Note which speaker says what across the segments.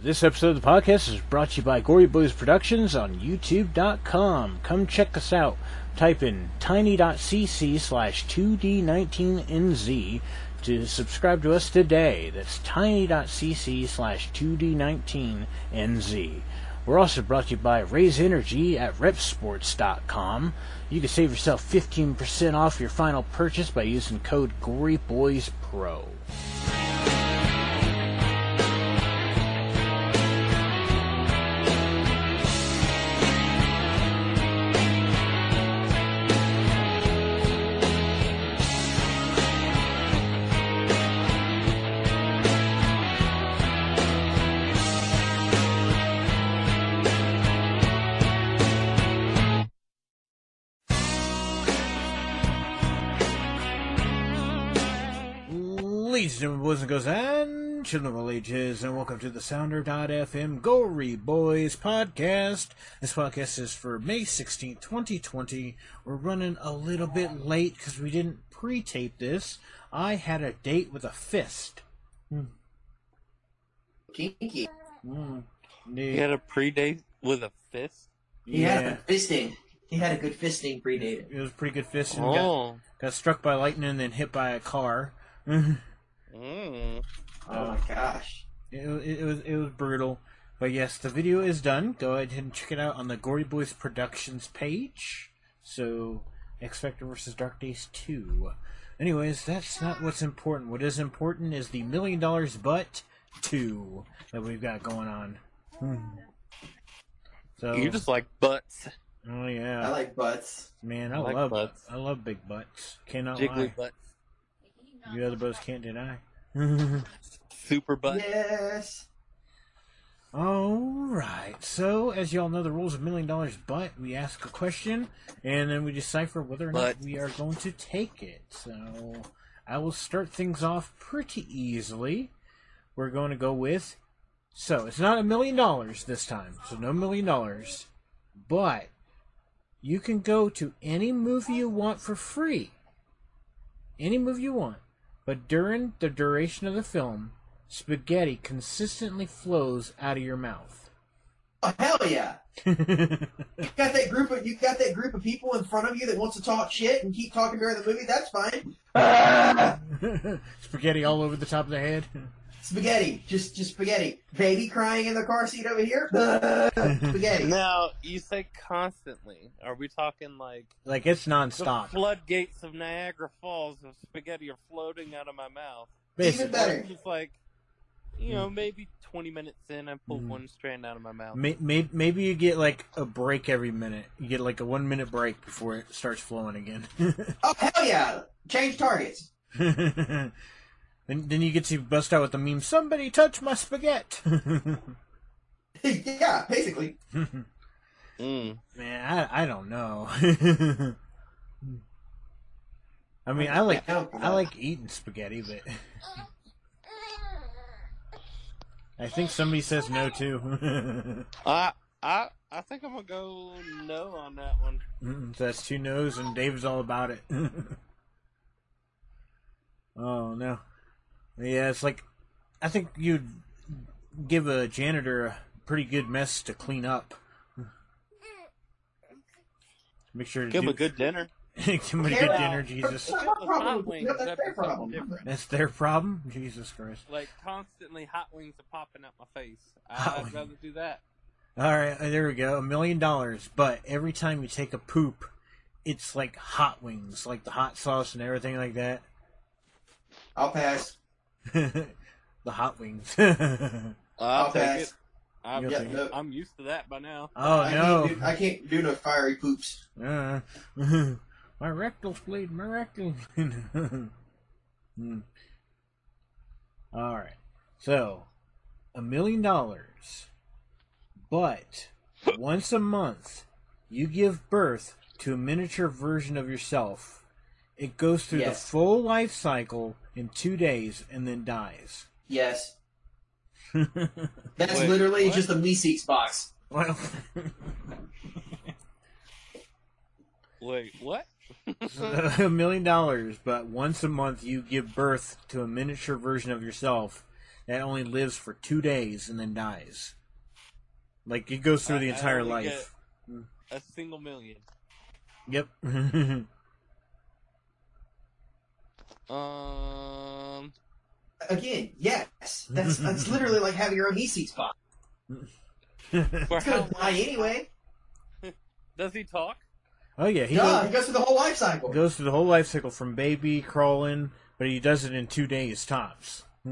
Speaker 1: This episode of the podcast is brought to you by Gory Blues Productions on YouTube.com. Come check us out. Type in tiny.cc slash 2D19NZ to subscribe to us today. That's tiny.cc slash 2D19NZ. We're also brought to you by Raise Energy at repsports.com. You can save yourself 15% off your final purchase by using code GORYBOYSPRO. Ladies and gentlemen, boys and girls, and children of all ages, and welcome to the Sounder.fm Gory Boys podcast. This podcast is for May 16th, 2020. We're running a little bit late because we didn't pre tape this. I had a date with a fist.
Speaker 2: Kinky.
Speaker 1: Mm.
Speaker 3: He had a pre-date with a fist.
Speaker 2: He had a
Speaker 1: Yeah,
Speaker 2: good fisting. He had a good fisting predated.
Speaker 1: it was a pretty good fist. And got,
Speaker 3: Oh,
Speaker 1: got struck by lightning and then hit by a car. Mm-hmm. it,
Speaker 3: mm.
Speaker 2: Oh my gosh.
Speaker 1: it, it was, it was brutal. But yes, the video is done. Go ahead and check it out on the Gory Boys Productions page. So, X Factor versus Dark Days 2. Anyways, that's not what's important. What is important is the Million Dollars Butt 2 that we've got going on. Hmm. So,
Speaker 3: you just like butts,
Speaker 1: oh
Speaker 2: I
Speaker 1: yeah,
Speaker 2: like butts.
Speaker 1: man, I,
Speaker 3: I like
Speaker 1: love
Speaker 3: butts.
Speaker 1: I love big butts. Cannot
Speaker 3: jiggly
Speaker 1: lie.
Speaker 3: butts,
Speaker 1: You other butts can't deny.
Speaker 3: super butt.
Speaker 2: Yes.
Speaker 1: All right. So, as you all know, the rules of Million Dollars Butt, we ask a question, and then we decipher whether or not
Speaker 3: But-
Speaker 1: we are going to take it. So, I will start things off pretty easily. We're going to go with. So, it's not a million dollars this time. So, no million dollars. But, you can go to any movie you want for free. Any movie you want. But during the duration of the film, spaghetti consistently flows out of your mouth.
Speaker 2: Oh hell yeah. You got that group of you got that group of people in front of you that wants to talk shit and keep talking during the movie. That's fine. Ah!
Speaker 1: spaghetti all over the top of the head.
Speaker 2: Spaghetti. Just just spaghetti. Baby crying in the car seat over here. Ah! spaghetti.
Speaker 3: Now you say constantly. Are we talking like
Speaker 1: Like it's
Speaker 3: the
Speaker 1: nonstop.
Speaker 3: floodgates of Niagara Falls of spaghetti are floating out of my mouth?
Speaker 2: Even
Speaker 1: Basically.
Speaker 2: better.
Speaker 3: Or Just like you know, maybe twenty minutes in, I pull
Speaker 1: Mm.
Speaker 3: one strand out of my mouth.
Speaker 1: May- may- Maybe you get like a break every minute. You get like a one minute break before it starts flowing again.
Speaker 2: Oh hell yeah. Change targets.
Speaker 1: then, then you get to bust out with the meme Somebody touch my spaghetti!
Speaker 2: yeah, basically.
Speaker 3: Mm.
Speaker 1: Man, I, I don't know. I mean, I like
Speaker 2: Yeah,
Speaker 1: I like eating spaghetti, but I think somebody says no too.
Speaker 3: I I I think I'm gonna go no on that one.
Speaker 1: Mm, so that's two no's, and Dave's all about it. oh no, yeah, it's like I think you'd give a janitor a pretty good mess to clean up. Make sure to
Speaker 3: Give
Speaker 1: do,
Speaker 3: him a good dinner.
Speaker 1: give him a
Speaker 2: Yeah.
Speaker 1: good dinner, Jesus.
Speaker 2: That's my problem.
Speaker 3: Hot wings,
Speaker 2: That's
Speaker 3: that'd
Speaker 2: their
Speaker 3: be something
Speaker 2: problem.
Speaker 3: different.
Speaker 1: That's their problem, Jesus Christ.
Speaker 3: like constantly hot wings are popping out my face.
Speaker 1: Hot
Speaker 3: I'd
Speaker 1: wings.
Speaker 3: rather do that.
Speaker 1: All right, uh, there we go. A million dollars, but every time you take a poop, it's like hot wings, like the hot sauce and everything like that.
Speaker 2: I'll pass.
Speaker 1: the hot wings. oh
Speaker 2: I'll
Speaker 3: I'll take
Speaker 2: pass.
Speaker 3: it. I'm,
Speaker 1: You'll
Speaker 2: take it.
Speaker 3: I'm used to that by now.
Speaker 2: I
Speaker 1: no!
Speaker 2: Can't do, I can't do no fiery poops.
Speaker 1: Uh, my rectal's bleeding. My rectal. Hmm. All right. So, a million dollars, but once a month, you give birth to a miniature version of yourself. It goes through
Speaker 2: Yes.
Speaker 1: the full life cycle in two days and then dies.
Speaker 2: Yes. That's
Speaker 3: Wait,
Speaker 2: literally
Speaker 3: what?
Speaker 2: just a Meeseeks box.
Speaker 1: well,
Speaker 3: Wait, what?
Speaker 1: a million dollars, but once a month you give birth to a miniature version of yourself. that only lives for two days and then dies. Like it goes through the
Speaker 3: I- I
Speaker 1: entire
Speaker 3: only
Speaker 1: life.
Speaker 3: A single million.
Speaker 1: Yep.
Speaker 3: Um.
Speaker 2: Again, yes. That's that's literally like having your own EC spot.
Speaker 3: For
Speaker 2: It's gonna
Speaker 3: how
Speaker 2: die anyway.
Speaker 3: does he talk?
Speaker 1: oh yeah, he
Speaker 2: Duh,
Speaker 1: goes,
Speaker 2: he goes through the whole life cycle.
Speaker 1: goes through the whole life cycle from baby crawling, but he does it in two days tops.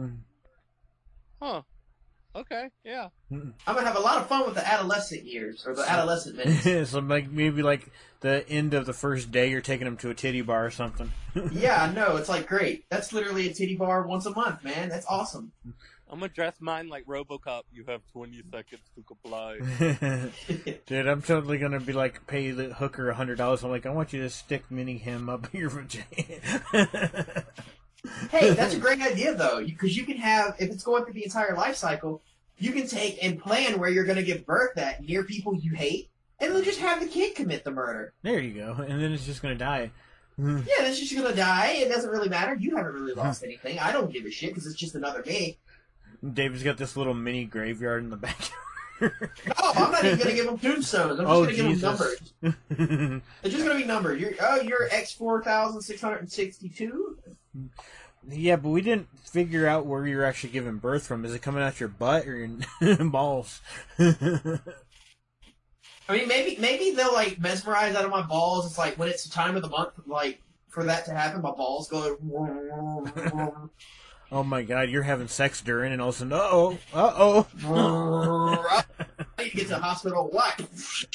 Speaker 3: Huh. Okay. Yeah.
Speaker 2: I'm gonna have a lot of fun with the adolescent years or the adolescent minutes.
Speaker 1: so like maybe like the end of the first day, you're taking him to a titty bar or something.
Speaker 2: yeah, I know. It's like great. That's literally a titty bar once a month, man. That's awesome.
Speaker 3: I'm gonna dress mine like RoboCop. You have 20 seconds to comply.
Speaker 1: Dude, I'm totally gonna be like pay the hooker a hundred dollars. I'm like, I want you to stick mini him up your vagina.
Speaker 2: Hey, that's a great idea though, because you can have if it's going through the entire life cycle, you can take and plan where you're going to give birth at near people you hate, and then just have the kid commit the murder.
Speaker 1: there you go, and then it's just gonna die.
Speaker 2: Yeah, then she's going to die. It doesn't really matter. You haven't really lost anything. I don't give a shit because it's just another me.
Speaker 1: David's got this little mini graveyard in the back.
Speaker 2: No, I'm not even going to give them tombstones. I'm just
Speaker 1: oh
Speaker 2: going to give them numbers.
Speaker 1: Jesus!
Speaker 2: They're just going to be numbered. You're oh, you're X four thousand six hundred and sixty two.
Speaker 1: yeah, but we didn't figure out where you're actually giving birth from. Is it coming out your butt or your balls?
Speaker 2: I mean, maybe maybe they'll like mesmerize out of my balls. It's like when it's the time of the month, like for that to happen, my balls go.
Speaker 1: oh my God! You're having sex during, and all of a sudden, uh oh, uh oh.
Speaker 2: I need to get to the hospital. What?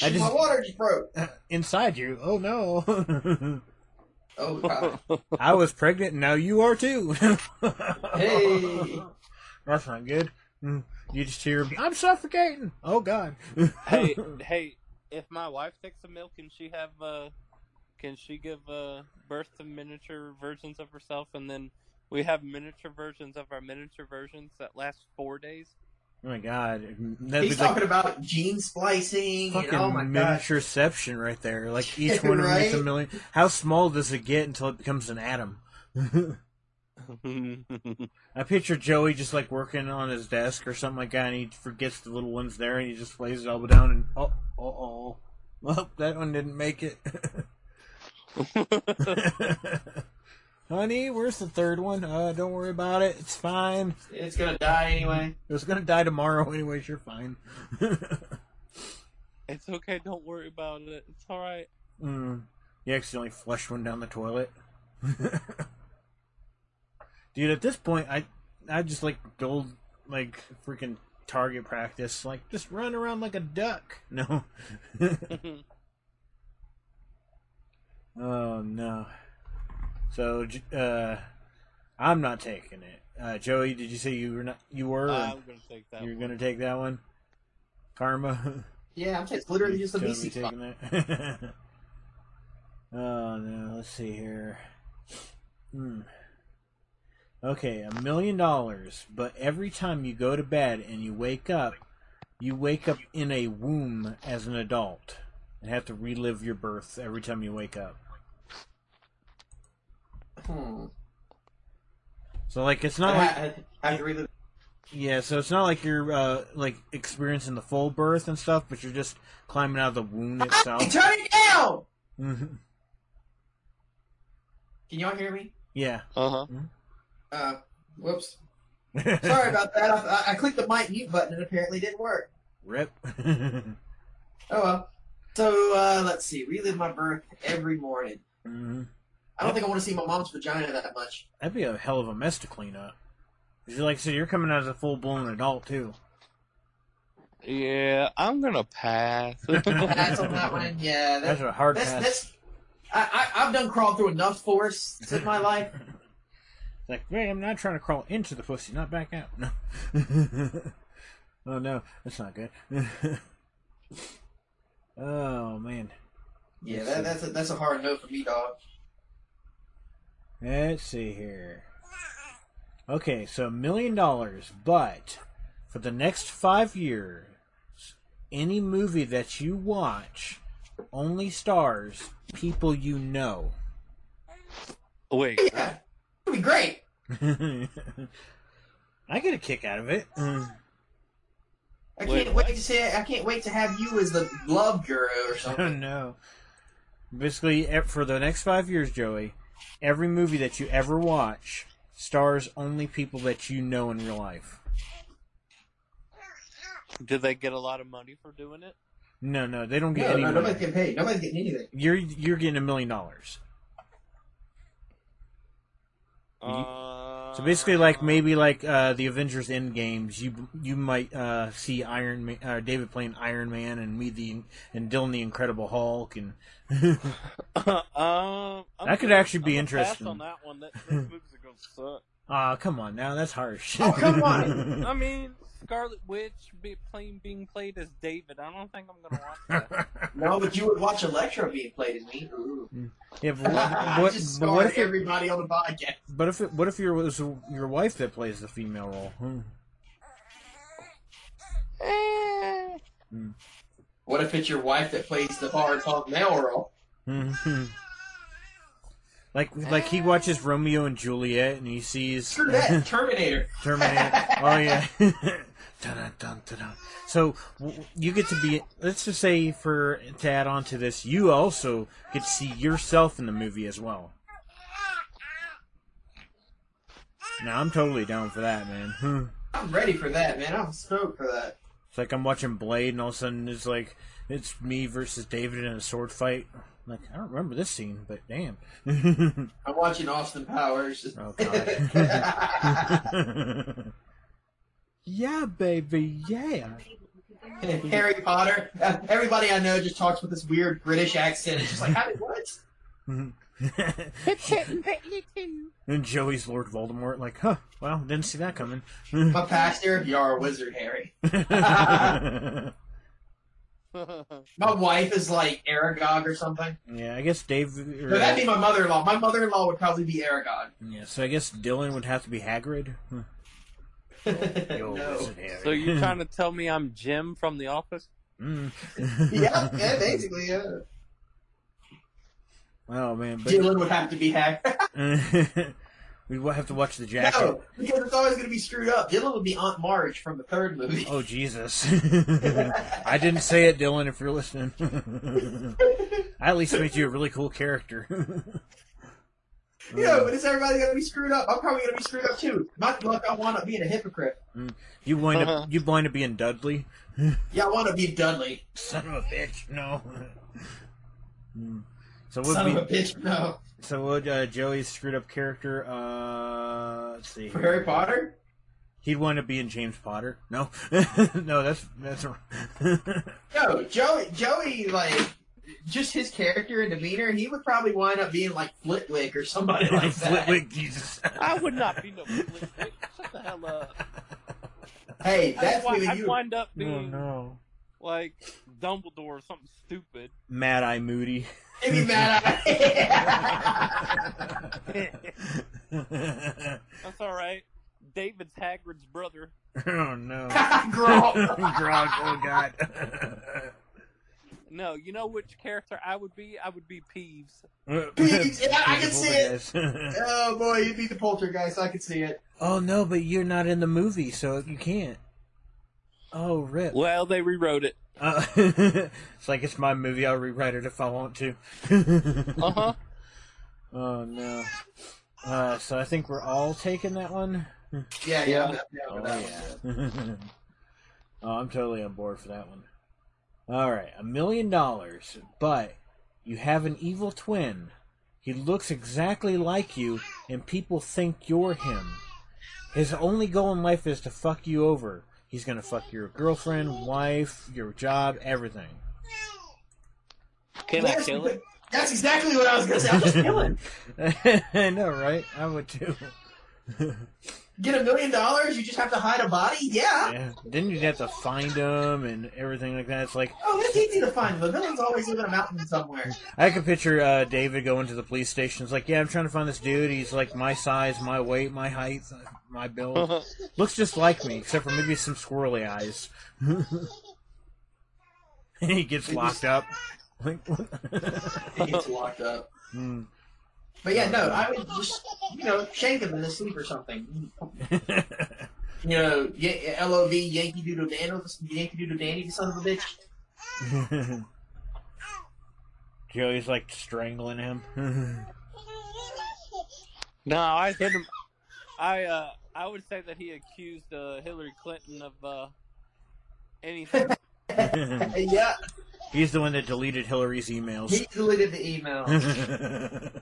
Speaker 1: I just-
Speaker 2: My water just broke.
Speaker 1: inside you. Oh no.
Speaker 2: Oh god.
Speaker 1: I was pregnant and now you are too.
Speaker 2: Hey.
Speaker 1: That's not good. Mm. You just hear, I'm suffocating. Oh god. Oh,
Speaker 3: hey, hey. If my wife takes a milk, can she have? Uh, can she give uh, birth to miniature versions of herself, and then we have miniature versions of our miniature versions that last four days?
Speaker 1: Oh my god. That'd
Speaker 2: He's
Speaker 1: be like
Speaker 2: talking about gene splicing. And,
Speaker 1: fucking
Speaker 2: oh my god.
Speaker 1: miniatureception right there. Like each
Speaker 2: Yeah,
Speaker 1: one of them makes a
Speaker 2: right?
Speaker 1: million. How small does it get until it becomes an atom? I picture Joey just like working on his desk or something like that, and he forgets the little ones there, and he just lays it all down, and oh, oh, oh, well, that one didn't make it. Honey, where's the third one? Uh, don't worry about it. It's fine.
Speaker 2: It's gonna die anyway.
Speaker 1: It was gonna die tomorrow, anyways. You're fine.
Speaker 3: it's okay. Don't worry about it. It's all right.
Speaker 1: mm. You accidentally flushed one down the toilet, dude. At this point, I I just like gold like freaking target practice. Like just run around like a duck. No. Oh no. So J- uh, I'm not taking it. Uh, Joey, did you say you were not? You were. or
Speaker 3: I'm gonna take that.
Speaker 1: you're
Speaker 3: one.
Speaker 1: gonna take that one. Karma.
Speaker 2: Yeah, I'm just it's literally just a
Speaker 1: Totally
Speaker 2: VC spot.
Speaker 1: taking that. oh no. Let's see here. Hmm. Okay, a million dollars, but every time you go to bed and you wake up, you wake up in a womb as an adult and have to relive your birth every time you wake up.
Speaker 2: Hmm.
Speaker 1: So like it's
Speaker 2: I,
Speaker 1: not like
Speaker 2: I, I have to read the
Speaker 1: Yeah, so it's not like you're uh, like experiencing the full birth and stuff, but you're just climbing out of the wound
Speaker 2: Hey,
Speaker 1: itself.
Speaker 2: turn it down!
Speaker 1: Mhm.
Speaker 2: Can y'all hear me?
Speaker 1: yeah.
Speaker 3: Uh-huh.
Speaker 2: Uh, whoops. Sorry about that. I, I clicked the mic mute button and apparently it didn't work.
Speaker 1: Rip.
Speaker 2: Oh well. So uh, let's see. Relive my birth every morning.
Speaker 1: Mhm.
Speaker 2: I don't think I want to see my mom's vagina that much.
Speaker 1: That'd be a hell of a mess to clean up. 'Cause you like I said, you're coming out as a full blown adult too.
Speaker 3: Yeah, I'm gonna pass.
Speaker 2: That's on that one. Yeah,
Speaker 1: That's
Speaker 2: that,
Speaker 1: a hard
Speaker 2: that's
Speaker 1: pass.
Speaker 2: that's. I, I I've done crawled through enough force in my life.
Speaker 1: Like, hey, I'm not trying to crawl into the pussy, not back out. No. oh no, that's not good. oh man.
Speaker 2: Yeah, that, that's a, that's a hard no for me, dog.
Speaker 1: Let's see here. Okay, so a million dollars, but for the next five years, any movie that you watch only stars people you know.
Speaker 3: Wait,
Speaker 2: Yeah, it'd be great.
Speaker 1: I I get a kick out of it. Mm.
Speaker 2: I
Speaker 3: Wait,
Speaker 2: can't wait, to say I can't wait to have you as the love guru or
Speaker 1: I don't
Speaker 2: something.
Speaker 1: know. Basically, e- for the next five years, Joey, every movie that you ever watch stars only people that you know in real life.
Speaker 3: Do they get a lot of money for doing it?
Speaker 1: No, no, they don't get
Speaker 2: No,
Speaker 1: any
Speaker 2: no,
Speaker 1: money.
Speaker 2: nobody's getting paid. Nobody's getting anything.
Speaker 1: You're you're getting a million dollars. You-
Speaker 3: Uh,
Speaker 1: So basically, like maybe like uh, the Avengers End games, you you might uh, see Iron Man, uh, David playing Iron Man, and me the and Dylan the Incredible Hulk, and
Speaker 3: um, I'm
Speaker 1: That could
Speaker 3: gonna-
Speaker 1: actually be
Speaker 3: I'm gonna pass
Speaker 1: interesting.
Speaker 3: on that one. That, those movies are gonna
Speaker 1: ah, come on now, that's harsh.
Speaker 2: Oh, come
Speaker 3: suck.
Speaker 2: on.
Speaker 3: I mean, Scarlet Witch be playing being played as David. I don't think I'm gonna watch that.
Speaker 2: No, but you would watch Electro being played as me. Ooh.
Speaker 1: yeah, but what,
Speaker 2: I
Speaker 1: what,
Speaker 2: Just
Speaker 1: but what
Speaker 2: scarred
Speaker 1: if it,
Speaker 2: everybody on the podcast.
Speaker 1: but if it, what if your was your wife that plays the female role? Hmm.
Speaker 2: What if it's your wife that plays the hard talk male role?
Speaker 1: hmm Like, like he watches Romeo and Juliet, and he sees
Speaker 2: Screw that, Terminator.
Speaker 1: Terminator. Oh yeah. dun, dun, dun, dun. So w- you get to be. Let's just say for to add on to this, you also get to see yourself in the movie as well. Now I'm totally down for that, man. Hmm.
Speaker 2: I'm ready for that, man. I'm stoked for that.
Speaker 1: It's like I'm watching Blade, and all of a sudden it's like it's me versus David in a sword fight. Like I don't remember this scene, but damn.
Speaker 2: I'm watching Austin Powers.
Speaker 1: Oh, God. yeah, baby, yeah.
Speaker 2: Harry Potter. Uh, Everybody I know just talks with this weird British accent. It's just like, how did what?
Speaker 1: and Joey's Lord Voldemort, like, huh, well, didn't see that coming.
Speaker 2: My pastor, you are a wizard, Harry.
Speaker 1: yeah,
Speaker 2: My wife is like Aragog or something.
Speaker 1: I guess Dave.
Speaker 2: No, that'd be my mother-in-law. My mother-in-law would probably be Aragog.
Speaker 1: yeah, so I guess Dylan would have to be Hagrid. Huh. Yo,
Speaker 2: no.
Speaker 1: listen, Harry.
Speaker 3: so you're trying to tell me I'm Jim from The Office?
Speaker 1: Mm.
Speaker 2: Yeah, yeah, basically, yeah.
Speaker 1: Oh man,
Speaker 2: Dylan would have to be Harry.
Speaker 1: but we would have to watch the jacket.
Speaker 2: no, because it's always going to be screwed up. Dylan would be Aunt Marge from the third movie.
Speaker 1: Oh Jesus! I didn't say it, Dylan. If you're listening, I at least made you a really cool character. Uh,
Speaker 2: Yeah, but is everybody going to be screwed up? I'm probably going to be screwed up too. Not like I want to be a hypocrite.
Speaker 1: you wind
Speaker 3: Uh-huh.
Speaker 1: up you wind up being Dudley.
Speaker 2: Yeah, I want to be Dudley.
Speaker 1: Son of a bitch! No. Hmm. So what?
Speaker 2: Son
Speaker 1: would
Speaker 2: of
Speaker 1: be,
Speaker 2: a bitch, no.
Speaker 1: so what? Uh, Joey's screwed up character. Uh, let's see.
Speaker 2: For Harry Potter?
Speaker 1: He'd wind up being James Potter. No, no, that's that's.
Speaker 2: No, Joey, Joey, like, just his character and demeanor, he would probably wind up being like Flitwick or somebody like that.
Speaker 1: Flitwick, Jesus.
Speaker 3: I would not be no. Flitwick. Shut the hell up.
Speaker 2: Hey,
Speaker 3: I'd,
Speaker 2: that's
Speaker 3: wi-
Speaker 2: when
Speaker 3: I'd
Speaker 2: you.
Speaker 3: wind up
Speaker 1: Oh
Speaker 3: being
Speaker 1: no.
Speaker 3: like Dumbledore or something stupid.
Speaker 1: Mad Eye Moody.
Speaker 2: Maybe mad at
Speaker 3: That's all right. David's Hagrid's brother.
Speaker 1: oh no.
Speaker 2: Grog.
Speaker 1: Grog, oh god.
Speaker 3: No, you know which character I would be? I would be Peeves.
Speaker 2: Please, yeah, I can see
Speaker 1: it.
Speaker 2: Oh boy, you'd be the poltergeist. I can see it.
Speaker 1: oh no, but you're not in the movie, so you can't. Oh rip.
Speaker 3: Well, they rewrote it.
Speaker 1: Uh, it's like it's my movie. I'll rewrite it if I want to.
Speaker 3: Uh huh.
Speaker 1: oh no. Uh, so I think we're all taking that one.
Speaker 2: Yeah, yeah. I'm down
Speaker 1: Oh,
Speaker 2: for that one.
Speaker 1: yeah. oh, I'm totally on board for that one. All right, a million dollars, but you have an evil twin. He looks exactly like you, and people think you're him. His only goal in life is to fuck you over. He's gonna fuck your girlfriend, wife, your job, everything.
Speaker 3: Can
Speaker 2: Yes, but That's exactly what I was gonna say. I'm just killing.
Speaker 1: I know, right? I would too.
Speaker 2: Get a million dollars, you just have to hide a body? Yeah.
Speaker 1: Yeah. Then you'd have to find him and everything like that. It's like
Speaker 2: Oh, it's easy to find. The villain's always live in a mountain somewhere.
Speaker 1: I can picture uh, David going to the police station. It's like, yeah, I'm trying to find this dude. He's like my size, my weight, my height, my build.
Speaker 3: Uh-huh.
Speaker 1: Looks just like me, except for maybe some squirrely eyes. he gets locked up. Like,
Speaker 2: He gets locked up.
Speaker 1: Hmm.
Speaker 2: But yeah, no, I would just, you know, shank him in his sleep or something. You know, Yan- LOV, Yankee Doodle Dandy, Yankee Doodle Dandy, the son of a bitch.
Speaker 1: Joey's like strangling him.
Speaker 3: No, I hit him. I uh, I would say that he accused uh, Hillary Clinton of uh, anything.
Speaker 2: yeah,
Speaker 1: He's the one that deleted Hillary's
Speaker 2: he
Speaker 1: emails.
Speaker 2: deleted the email.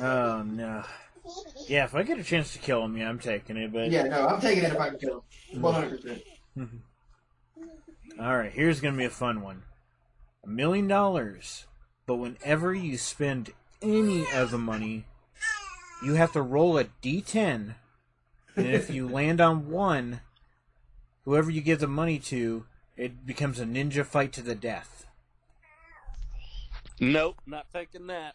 Speaker 1: oh no. Yeah, if I get a chance to kill him, yeah, I'm taking it. But
Speaker 2: yeah, no, I'm taking it if I can kill
Speaker 1: Mm-hmm.
Speaker 2: him. 100%.
Speaker 1: all right, here's gonna be a fun one. A million dollars, but whenever you spend any of the money, you have to roll a d10, and if you land on one, whoever you give the money to, it becomes a ninja fight to the death.
Speaker 3: nope, not taking that.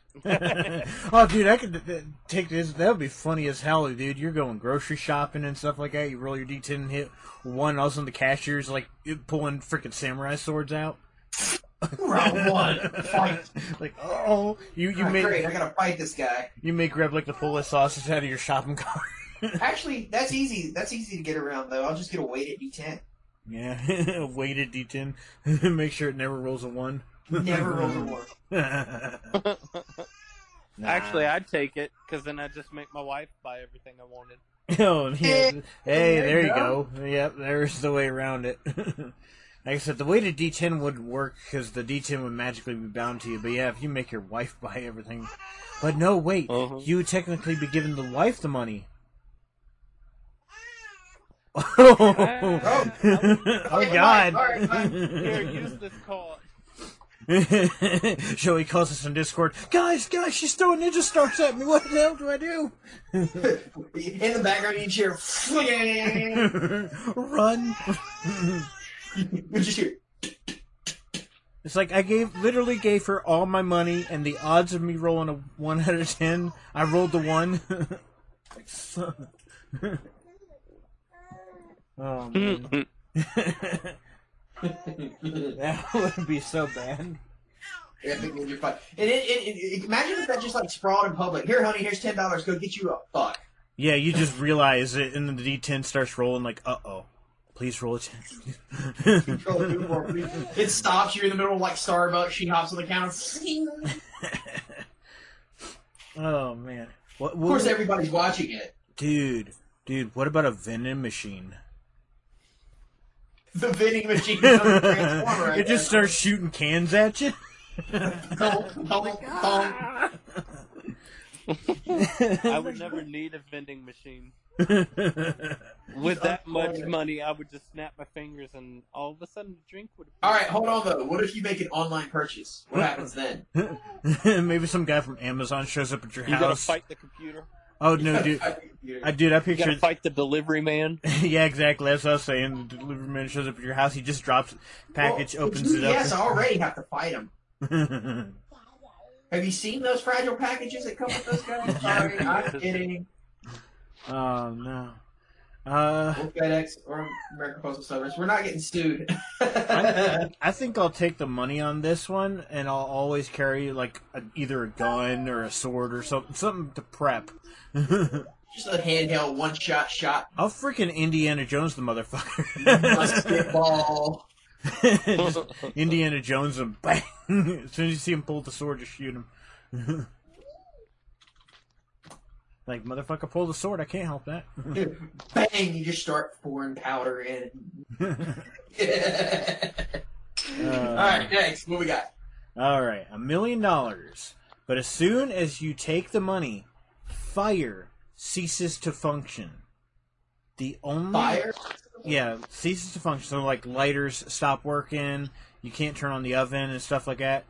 Speaker 1: oh, dude, I could uh, take this. That would be funny as hell, dude. You're going grocery shopping and stuff like that. You roll your D10 and hit one. All of a sudden, the cashier's like pulling freaking samurai swords out.
Speaker 2: Round one, Oh, fight.
Speaker 1: like, oh, you you
Speaker 2: Ah,
Speaker 1: may
Speaker 2: Great, I gotta fight this guy.
Speaker 1: you may grab like the fullest sausage out of your shopping cart.
Speaker 2: Actually, that's easy. That's easy to get around, though. I'll just get a weighted D10.
Speaker 1: yeah, weighted D10. Make sure it never rolls a one.
Speaker 2: Never roll a one.
Speaker 1: nah.
Speaker 3: Actually, I'd take it because then I just make my wife buy everything I wanted.
Speaker 1: Oh, yeah. Hey, there you
Speaker 2: go.
Speaker 1: go. Yep, there's the way around it. like I said, the way to D10 would work because the D10 would magically be bound to you. But yeah, if you make your wife buy everything. But no, wait.
Speaker 3: Uh-huh.
Speaker 1: You would technically be giving the wife the money. oh, God.
Speaker 2: Alright, fine.
Speaker 3: Here, use this call.
Speaker 1: Joey calls us on Discord. Guys, guys, she's throwing ninja stars at me. What the hell do I do?
Speaker 2: In the background, you hear. you
Speaker 1: Run.
Speaker 2: just hear.
Speaker 1: It's like I gave literally gave her all my money, and the odds of me rolling a one out of ten, I rolled the one. So- oh man, that would be so bad.
Speaker 2: Epic ninja fight. And it, it, it, imagine if that just like sprawled in public. Here, honey, here's ten dollars. Go get you a fuck.
Speaker 1: Yeah, you just realize it, and then the D10 starts rolling. Like, uh oh, please roll a ten.
Speaker 2: it stops you in the middle of like Starbucks. She hops on the counter. Of
Speaker 1: oh man, what? what
Speaker 2: course, everybody's watching it.
Speaker 1: dude, dude, what about a vending machine?
Speaker 2: The vending machine. is on the transformer right
Speaker 1: it just
Speaker 2: there.
Speaker 1: starts shooting cans at you.
Speaker 2: Thump, thump, thump.
Speaker 3: I would never need a vending machine. With that much money, I would just snap my fingers and all of a sudden a drink would
Speaker 2: All right, hold on though. What if you make an online purchase? What happens then?
Speaker 1: Maybe some guy from Amazon shows up at your
Speaker 3: You gotta
Speaker 1: house.
Speaker 3: fight the computer.
Speaker 1: Oh no, dude! I dude, I
Speaker 3: You gotta
Speaker 1: picture.
Speaker 3: fight the delivery man.
Speaker 1: yeah, exactly. That's what I was saying. The delivery man shows up at your house. He just drops package,
Speaker 2: Well,
Speaker 1: opens it
Speaker 2: Yes, I
Speaker 1: up.
Speaker 2: already have to fight them. Have you seen those fragile packages that come with those guys? Sorry, I'm kidding.
Speaker 1: oh no! Uh,
Speaker 2: Or FedEx or American Postal Service. We're not getting sued.
Speaker 1: I, I think I'll take the money on this one, and I'll always carry like a, either a gun or a sword or something, something to prep.
Speaker 2: Just a handheld one shot shot
Speaker 1: I'll freaking Indiana Jones the
Speaker 2: musket
Speaker 1: motherfucker.
Speaker 2: ball.
Speaker 1: Just Indiana Jones and bang! as soon as you see him pull the sword, just shoot him. like motherfucker, pull the sword. I can't help that.
Speaker 2: Bang! You just start pouring powder in.
Speaker 1: Uh.
Speaker 2: All right, next. What we got?
Speaker 1: All right, a million dollars. But as soon as you take the money, fire ceases to function. The only
Speaker 2: Fire.
Speaker 1: yeah ceases to function. So like lighters stop working. You can't turn on the oven and stuff like that.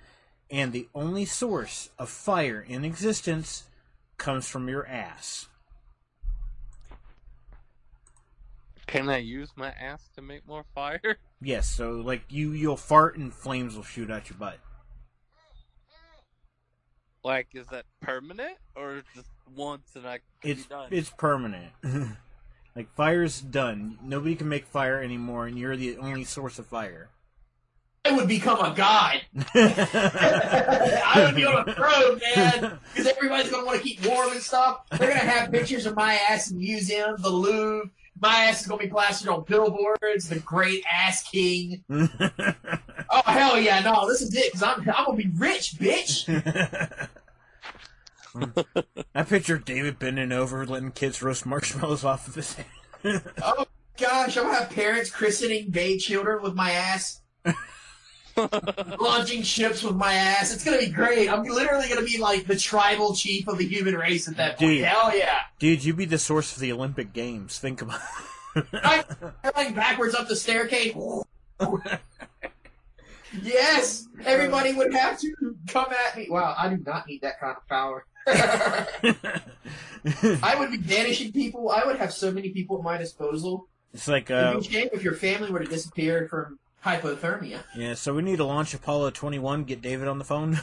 Speaker 1: And the only source of fire in existence comes from your ass.
Speaker 3: Can I use my ass to make more fire?
Speaker 1: Yes, so like you you'll fart and flames will shoot out your butt.
Speaker 3: Like, is that permanent or just once and I can
Speaker 1: It's
Speaker 3: be done?
Speaker 1: it's permanent. like fire's done. Nobody can make fire anymore and you're the only source of fire.
Speaker 2: I I would become a god. I would be on a pro, man, because everybody's gonna want to keep warm and stuff. They're gonna have pictures of my ass in museums, the Louvre. My ass is gonna be plastered on billboards. The Great Ass King. Oh hell yeah, no, this is it. Because I'm I'm gonna be rich, bitch.
Speaker 1: I picture David bending over, letting kids roast marshmallows off of his head.
Speaker 2: Oh gosh, I'm gonna have parents christening gay children with my ass. Launching ships with my ass. It's gonna be great. I'm literally gonna be like the tribal chief of the human race at that point.
Speaker 1: Dude.
Speaker 2: Hell yeah.
Speaker 1: Dude, you be the source of the Olympic Games. Think about
Speaker 2: I'm going backwards up the staircase. yes, everybody would have to come at me. Wow, I do not need that kind of power. I would be banishing people. I would have so many people at my disposal.
Speaker 1: It's like,
Speaker 2: It'd
Speaker 1: uh,
Speaker 2: be a shame if your family were to disappear from hypothermia.
Speaker 1: yeah, so we need to launch Apollo 21, get David on the phone.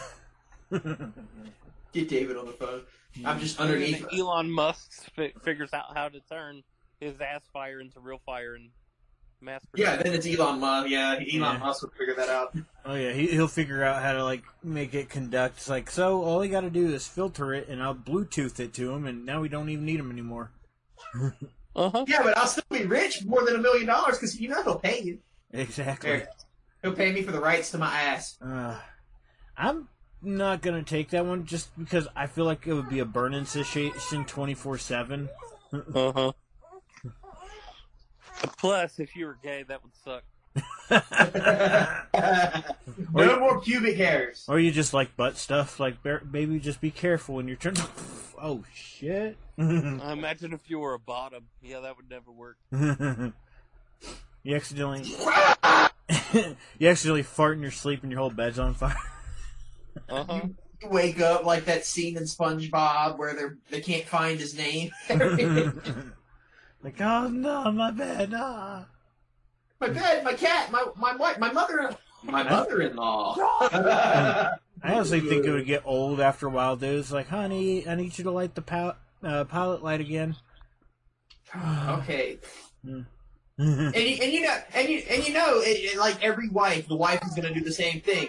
Speaker 2: Get David on the phone. I'm just underneath.
Speaker 3: Underneath Elon Musk fi- figures out how to turn his ass fire into real fire and mass
Speaker 2: Yeah,
Speaker 3: production.
Speaker 2: then it's Elon Musk. Yeah, Elon
Speaker 1: Yeah.
Speaker 2: Musk would figure that out.
Speaker 1: Oh yeah, he, he'll figure out how to like make it conduct. It's like so, all you got to do is filter it, and I'll Bluetooth it to him, and now we don't even need him anymore.
Speaker 3: Uh-huh.
Speaker 2: Yeah, but I'll still be rich more than a million dollars because you know he'll pay you.
Speaker 1: Exactly.
Speaker 2: He'll pay me for the rights to my ass.
Speaker 1: Uh, I'm not gonna take that one just because I feel like it would be a burn-in situation twenty four seven.
Speaker 3: Uh-huh. Plus, if you were gay, that would suck.
Speaker 2: no more pubic hairs.
Speaker 1: Or you just like butt stuff, like bear- baby, just be careful when you're turn. oh shit.
Speaker 3: I imagine if you were a bottom. Yeah, that would never work.
Speaker 1: you accidentally you accidentally fart in your sleep and your whole bed's on fire.
Speaker 3: Uh-huh.
Speaker 2: You wake up like that scene in SpongeBob where they are they can't find his name. my
Speaker 1: like oh no, my bed. Ah.
Speaker 2: bed, my cat, my my wife, my mother, my mother-in-law.
Speaker 1: I honestly think it would get old after a while, dude. It's like, honey, I need you to light the pal- uh, pilot light again. Oh,
Speaker 2: okay,
Speaker 1: yeah,
Speaker 2: and you, and you know and you and you know it, it- like every wife, the wife is gonna do the same thing.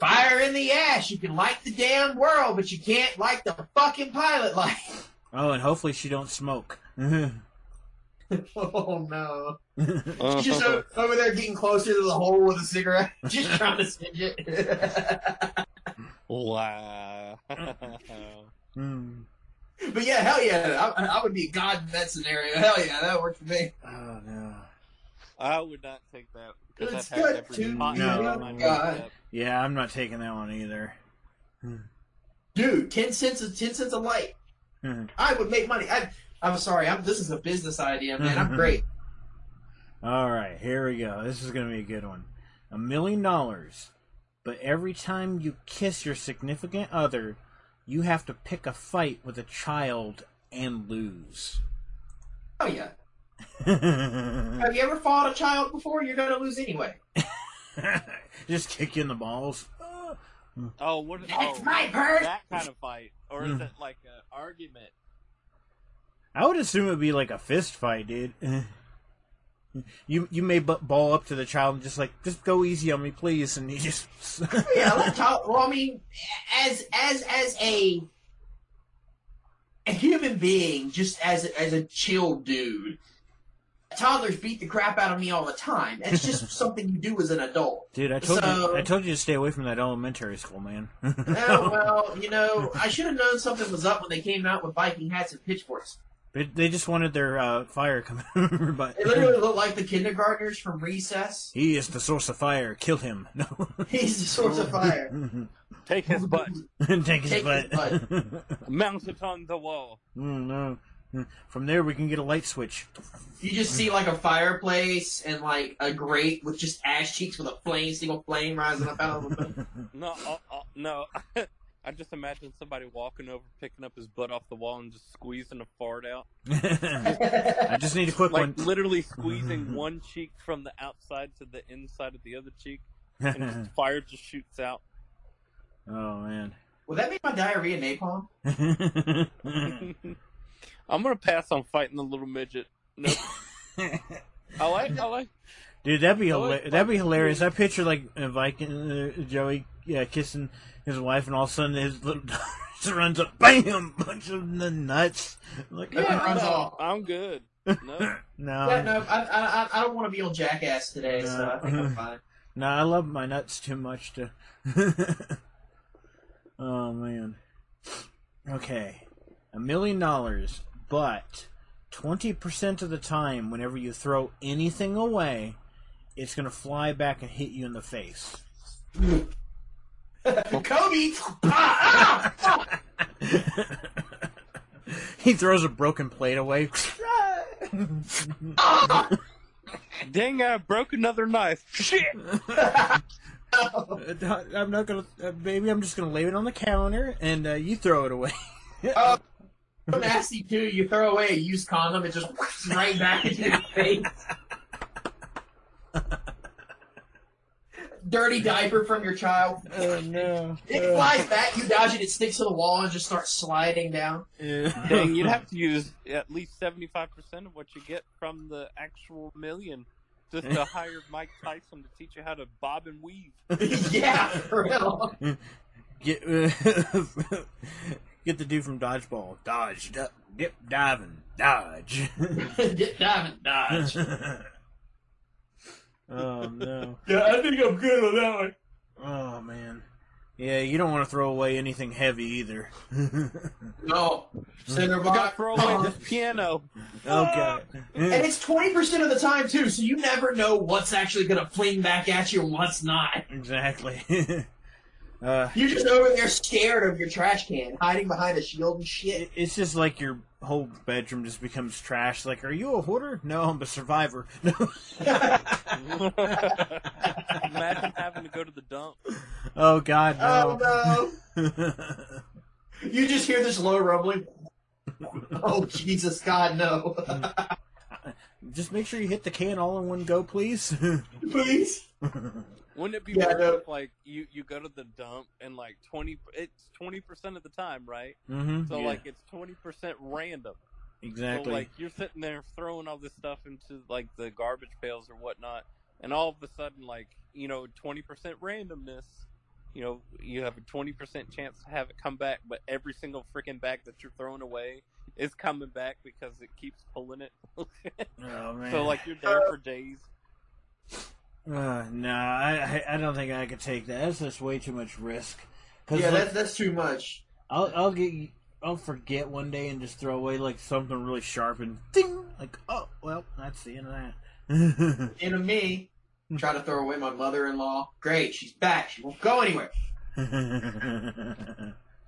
Speaker 2: Fire in the ash. You can light the damn world, but you can't light the fucking pilot light.
Speaker 1: Oh, and hopefully she don't smoke. Hmm. yeah,
Speaker 2: oh no. She's just
Speaker 3: Uh-huh.
Speaker 2: o- over there getting closer to the hole with a cigarette, just trying to singe it.
Speaker 3: Wow.
Speaker 2: but yeah, hell yeah, I, I would be god in that scenario. Hell yeah, that worked for me.
Speaker 1: Oh no.
Speaker 3: I would not take that. Because
Speaker 2: It's
Speaker 3: I've had
Speaker 2: good,
Speaker 3: every
Speaker 2: too.
Speaker 3: pot
Speaker 1: No.
Speaker 3: in my
Speaker 2: God.
Speaker 3: mouth.
Speaker 1: Yeah, I'm not taking that one either.
Speaker 2: Dude, ten cents is ten cents a light. I would make money. I, I'm sorry, I'm, this is a business idea, man. I'm great.
Speaker 1: All right, here we go. This is going to be a good one. A million dollars, but every time you kiss your significant other, you have to pick a fight with a child and lose.
Speaker 2: Oh yeah.
Speaker 1: Just
Speaker 2: Have you ever fought a child before? You're gonna lose anyway.
Speaker 1: kick you in the balls.
Speaker 3: Oh, what?
Speaker 2: That's
Speaker 3: oh,
Speaker 2: my purse.
Speaker 3: that kind of fight, or is
Speaker 1: Mm.
Speaker 3: it like an argument?
Speaker 1: I would assume it'd be like a fist fight, dude. You you may bu- ball up to the child and just like just go easy on me, please, and you just
Speaker 2: yeah, let child. Well, I mean, as as as a a human being, just as as a chill dude, toddlers beat the crap out of me all the time. That's just something you do as an adult.
Speaker 1: dude. I told
Speaker 2: So-
Speaker 1: you I told you to stay away from that elementary school, man.
Speaker 2: Oh well, you know, I should have known something was up when they came out with Viking hats and pitchforks.
Speaker 1: They, they just wanted their uh, fire coming over, but
Speaker 2: They literally look like the kindergartners from Recess.
Speaker 1: he is the source of fire. Kill him. No,
Speaker 2: He's the source of fire.
Speaker 3: Take his butt,
Speaker 1: take his
Speaker 2: Take his
Speaker 1: butt.
Speaker 3: mount it on the wall.
Speaker 1: Mm, no. Mm. From there, we can get a light switch.
Speaker 2: You just see like a fireplace and like a grate with just ash cheeks with a flame, single flame rising up out of them.
Speaker 3: No, uh, uh, no. I just imagine somebody walking over, picking up his butt off the wall, and just squeezing a fart out.
Speaker 1: I just need a quick
Speaker 3: Like
Speaker 1: one. Mm-hmm.
Speaker 3: literally squeezing one cheek from the outside to the inside of the other cheek, and just fire just shoots out.
Speaker 1: oh man.
Speaker 2: Will that make my diarrhea napalm?
Speaker 3: I'm gonna pass on fighting the little midget. No, I like, I like,
Speaker 1: Dude, that'd be
Speaker 3: Oh,
Speaker 1: hila-
Speaker 3: it's
Speaker 1: that'd be
Speaker 3: fucking
Speaker 1: hilarious. I
Speaker 3: weird.
Speaker 1: picture like a Viking uh, Joey, yeah, kissing his wife, and all of a sudden his little daughter just runs up, bam, punches him in the nuts. Like,
Speaker 2: Yeah,
Speaker 1: "Ah,
Speaker 2: runs
Speaker 3: no,
Speaker 2: off.
Speaker 3: I'm good. No,
Speaker 1: no,
Speaker 2: yeah, no, I, I, I- I don't want to be on Jackass today, so I think I'm fine.
Speaker 1: no, I love my nuts too much to. oh man. Okay, a million dollars, but twenty percent of the time, whenever you throw anything away, it's gonna fly back and hit you in the face.
Speaker 2: Kobe! Ah, ah,
Speaker 1: he throws a broken plate away.
Speaker 2: ah,
Speaker 3: dang! I broke another knife. Shit.
Speaker 2: ah.
Speaker 1: I'm not gonna, uh, baby. I'm just gonna lay it on the counter, and uh, you throw it away.
Speaker 2: Oh, so nasty too. You throw away a used condom, it just right back into your face. Dirty diaper from your child.
Speaker 1: Oh no!
Speaker 2: It flies back. You dodge it. It sticks to the wall and just starts sliding down.
Speaker 3: Dang, you'd have to use at least seventy-five percent of what you get from the actual million just to hire Mike Tyson to teach you how to bob and weave.
Speaker 2: yeah, for real.
Speaker 1: get uh, get the dude from dodgeball. Dodge, du- dip, diving, dodge.
Speaker 2: Dip, dive, and dodge.
Speaker 1: oh no!
Speaker 2: Yeah, I think I'm good on that one.
Speaker 1: Oh man! Yeah, you don't want to throw away anything heavy either.
Speaker 2: No. Cinder
Speaker 3: We
Speaker 2: block.
Speaker 3: gotta throw away this piano.
Speaker 1: okay.
Speaker 2: And it's 20% of the time, too, so you never know what's actually going to fling back at you and what's not.
Speaker 1: Exactly. uh,
Speaker 2: You're just over there scared of your trash can, hiding behind a shield and shit.
Speaker 1: it- it's just like your whole bedroom just becomes trash. Like, are you a hoarder? No, I'm a survivor.
Speaker 3: Imagine having to go to the dump.
Speaker 1: oh God,
Speaker 2: oh,
Speaker 1: no.
Speaker 2: no. You just hear this low rumbling. oh, Jesus, God, no.
Speaker 1: just make sure you hit the can all in one go, please. Mm-hmm.
Speaker 2: Please.
Speaker 3: Wouldn't it be
Speaker 2: Yeah,
Speaker 3: worth
Speaker 2: no.
Speaker 3: if, like you you go to the dump and like twenty it's twenty percent of the time, right?
Speaker 1: hmm
Speaker 3: So like it's twenty percent random.
Speaker 1: exactly.
Speaker 3: So like you're sitting there throwing all this stuff into like the garbage pails or whatnot, and all of a sudden like you know twenty percent randomness. You know, you have a twenty percent chance to have it come back, but every single freaking bag that you're throwing away is coming back because it keeps pulling it.
Speaker 1: oh man.
Speaker 3: so like you're there for days.
Speaker 1: uh, no, I I I don't think I could take that. That's just way too much risk. Cause
Speaker 2: Yeah,
Speaker 1: like,
Speaker 2: that, that's too much.
Speaker 1: I'll I'll get I'll forget one day and just throw away like something really sharp and ding like oh well that's the end of that.
Speaker 2: Into me. Try to throw away my mother in law. Great, she's back. She won't go anywhere.
Speaker 1: oh,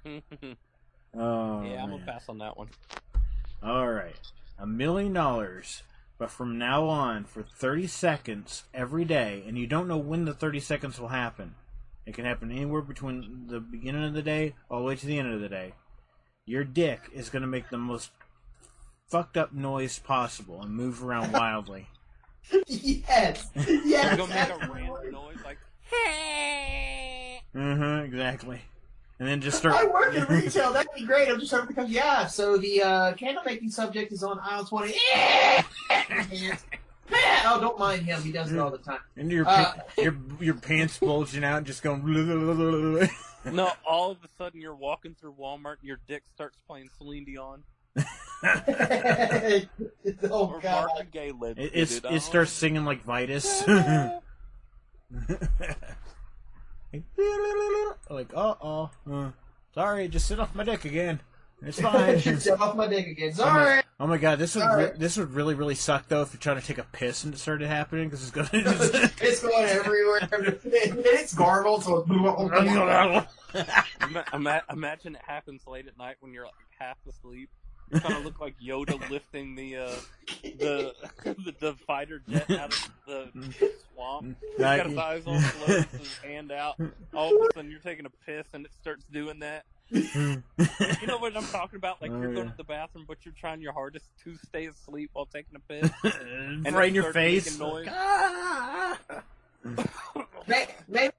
Speaker 3: yeah, I'm gonna
Speaker 1: man.
Speaker 3: pass on that one.
Speaker 1: All right. A million dollars. But from now on, for 30 seconds every day, and you don't know when the 30 seconds will happen. It can happen anywhere between the beginning of the day all the way to the end of the day. Your dick is going to make the most fucked up noise possible and move around wildly.
Speaker 2: Yes.
Speaker 3: You're
Speaker 2: Yes.
Speaker 3: gonna make a
Speaker 2: absolutely.
Speaker 3: random noise like
Speaker 1: mm hmm, exactly. And then just
Speaker 2: I
Speaker 1: start.
Speaker 2: work in retail. That'd be great. I'm just trying to become yeah. So the uh, candle making subject is on aisle twenty. oh, don't mind him. He does it all the time.
Speaker 1: And your, pa- your, your pants bulging out and just going.
Speaker 3: No, all of a sudden you're walking through Walmart and your dick starts playing Celine Dion
Speaker 2: oh
Speaker 3: or
Speaker 2: god.
Speaker 3: Marvin Gaye. Live
Speaker 1: It,
Speaker 3: With
Speaker 1: it's,
Speaker 3: on.
Speaker 1: it starts singing like Vitus. like, uh oh. Uh, sorry, just sit off my dick again. It's fine.
Speaker 2: Jump off my dick again.
Speaker 1: Oh my-
Speaker 2: Sorry.
Speaker 1: Oh my god, this would
Speaker 2: All
Speaker 1: re-
Speaker 2: right.
Speaker 1: this would really really suck though if you're trying to take a piss and it started happening because it's gonna. Just...
Speaker 2: it's going everywhere. And it's garbled, so it's
Speaker 3: Ima- ima- imagine it happens late at night when you're like half asleep. You kind of look like Yoda lifting the uh, the, the the fighter jet out of the swamp. He's got his eyes all closed, his hand out. All of a sudden, you're taking a piss and it starts doing that. You know what I'm talking about? Like
Speaker 1: Oh,
Speaker 3: you're going
Speaker 1: yeah.
Speaker 3: to the bathroom, but you're trying your hardest to stay asleep while taking a piss. it
Speaker 1: right in your
Speaker 3: starts
Speaker 1: face.
Speaker 3: making noise.
Speaker 1: Ah!
Speaker 2: maybe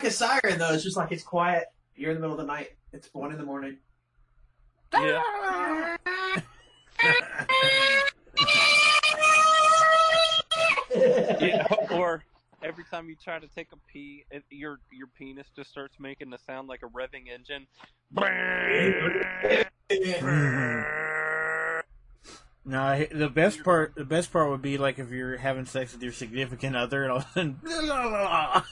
Speaker 2: a siren though. It's just like it's quiet. You're in the middle of the night. It's one in the morning.
Speaker 3: yeah.
Speaker 1: Ah!
Speaker 3: Yeah, every time you try to take a pee, it, your your penis just starts making a sound like a revving engine.
Speaker 1: No, I- the best part the best part would be like if you're having sex with your significant other and all of a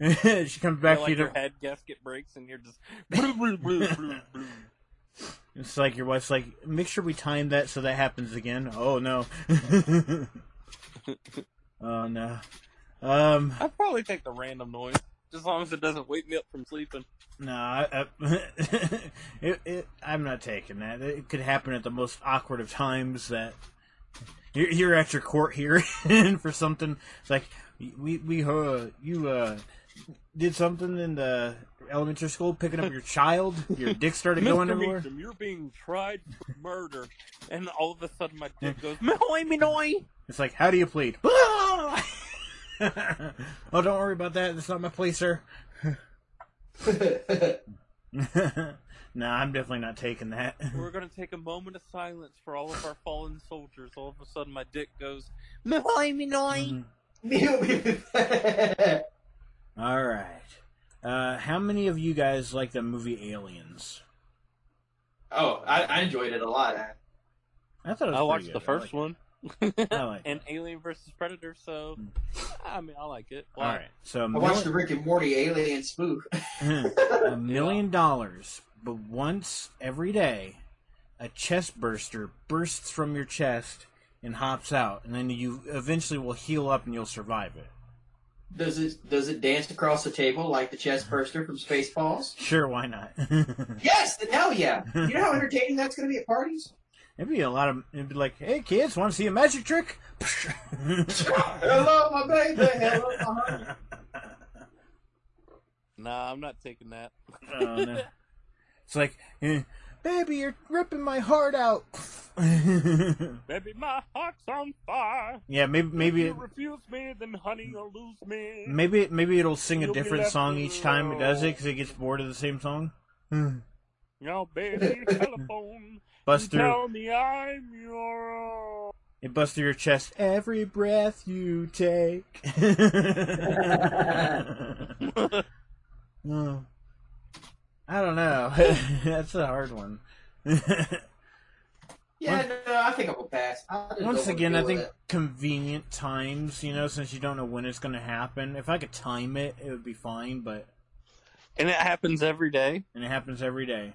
Speaker 1: sudden she comes back to
Speaker 3: Or, like
Speaker 1: you
Speaker 3: your
Speaker 1: to-
Speaker 3: head gasket breaks and you're just.
Speaker 1: it's like your wife's like make sure we time that so that happens again oh no oh no um
Speaker 3: I'd probably take the random noise, as long as it doesn't wake me up from sleeping.
Speaker 1: no I, I, it, it, i'm not taking that it could happen at the most awkward of times that you're, you're at your court hearing for something it's like we we uh, you uh did something in the elementary school picking up your child your dick started going
Speaker 3: Mr.
Speaker 1: everywhere
Speaker 3: Meacham, you're being tried for murder, and all of a sudden my dick goes, "Mahoy me noy."
Speaker 1: It's like, how do you plead? oh, don't worry about that. That's not my plea, sir. nah, I'm definitely not taking that.
Speaker 3: We're gonna take a moment of silence for all of our fallen soldiers. All of a sudden, my dick goes, "Mahoy me noy."
Speaker 1: Mm. All right. Uh, how many of you guys like the movie Aliens?
Speaker 2: oh, I, I enjoyed it a lot.
Speaker 1: I thought it was
Speaker 3: I
Speaker 1: pretty
Speaker 3: watched
Speaker 1: good.
Speaker 3: the first one,
Speaker 1: I like, I like it.
Speaker 3: and Alien versus Predator. So,
Speaker 1: Mm.
Speaker 3: I mean, I like it.
Speaker 1: All right. So a
Speaker 2: I watched the Rick and Morty Alien spoof.
Speaker 1: million, a million dollars, but once every day, a chest burster bursts from your chest and hops out, and then you eventually will heal up and you'll survive it.
Speaker 2: Does it does it dance across the table like the chest burster from Spaceballs?
Speaker 1: Sure, why not?
Speaker 2: Yes, then hell yeah. You know how entertaining that's going to be at parties?
Speaker 1: it'd be a lot of. It'd be like, hey kids, want to see a magic trick?
Speaker 2: Hello, my baby. Hello, my honey.
Speaker 3: Nah, I'm not taking that.
Speaker 1: Oh, no. It's like, eh, baby, you're ripping my heart out.
Speaker 3: Baby, my heart's on fire.
Speaker 1: yeah, maybe
Speaker 3: if
Speaker 1: maybe
Speaker 3: you
Speaker 1: it,
Speaker 3: refuse me, then honey, you'll lose me.
Speaker 1: maybe it, maybe it'll sing a
Speaker 3: You'll be
Speaker 1: different
Speaker 3: left
Speaker 1: song each time it does it
Speaker 3: alone.
Speaker 1: because it gets bored of the same song. Hmm.
Speaker 3: Now, baby, telephone.
Speaker 1: Busts through
Speaker 3: Tell me I'm your own.
Speaker 1: it busts through your chest every breath you take. Mm. I don't know. That's a hard one.
Speaker 2: Yeah, no, I think I'm going to pass. I just don't
Speaker 1: Once
Speaker 2: wanna
Speaker 1: again, I
Speaker 2: deal with
Speaker 1: think
Speaker 2: it.
Speaker 1: convenient times, you know, since you don't know when it's going to happen. If I could time it, it would be fine, but.
Speaker 3: And it happens every day.
Speaker 1: And it happens every day.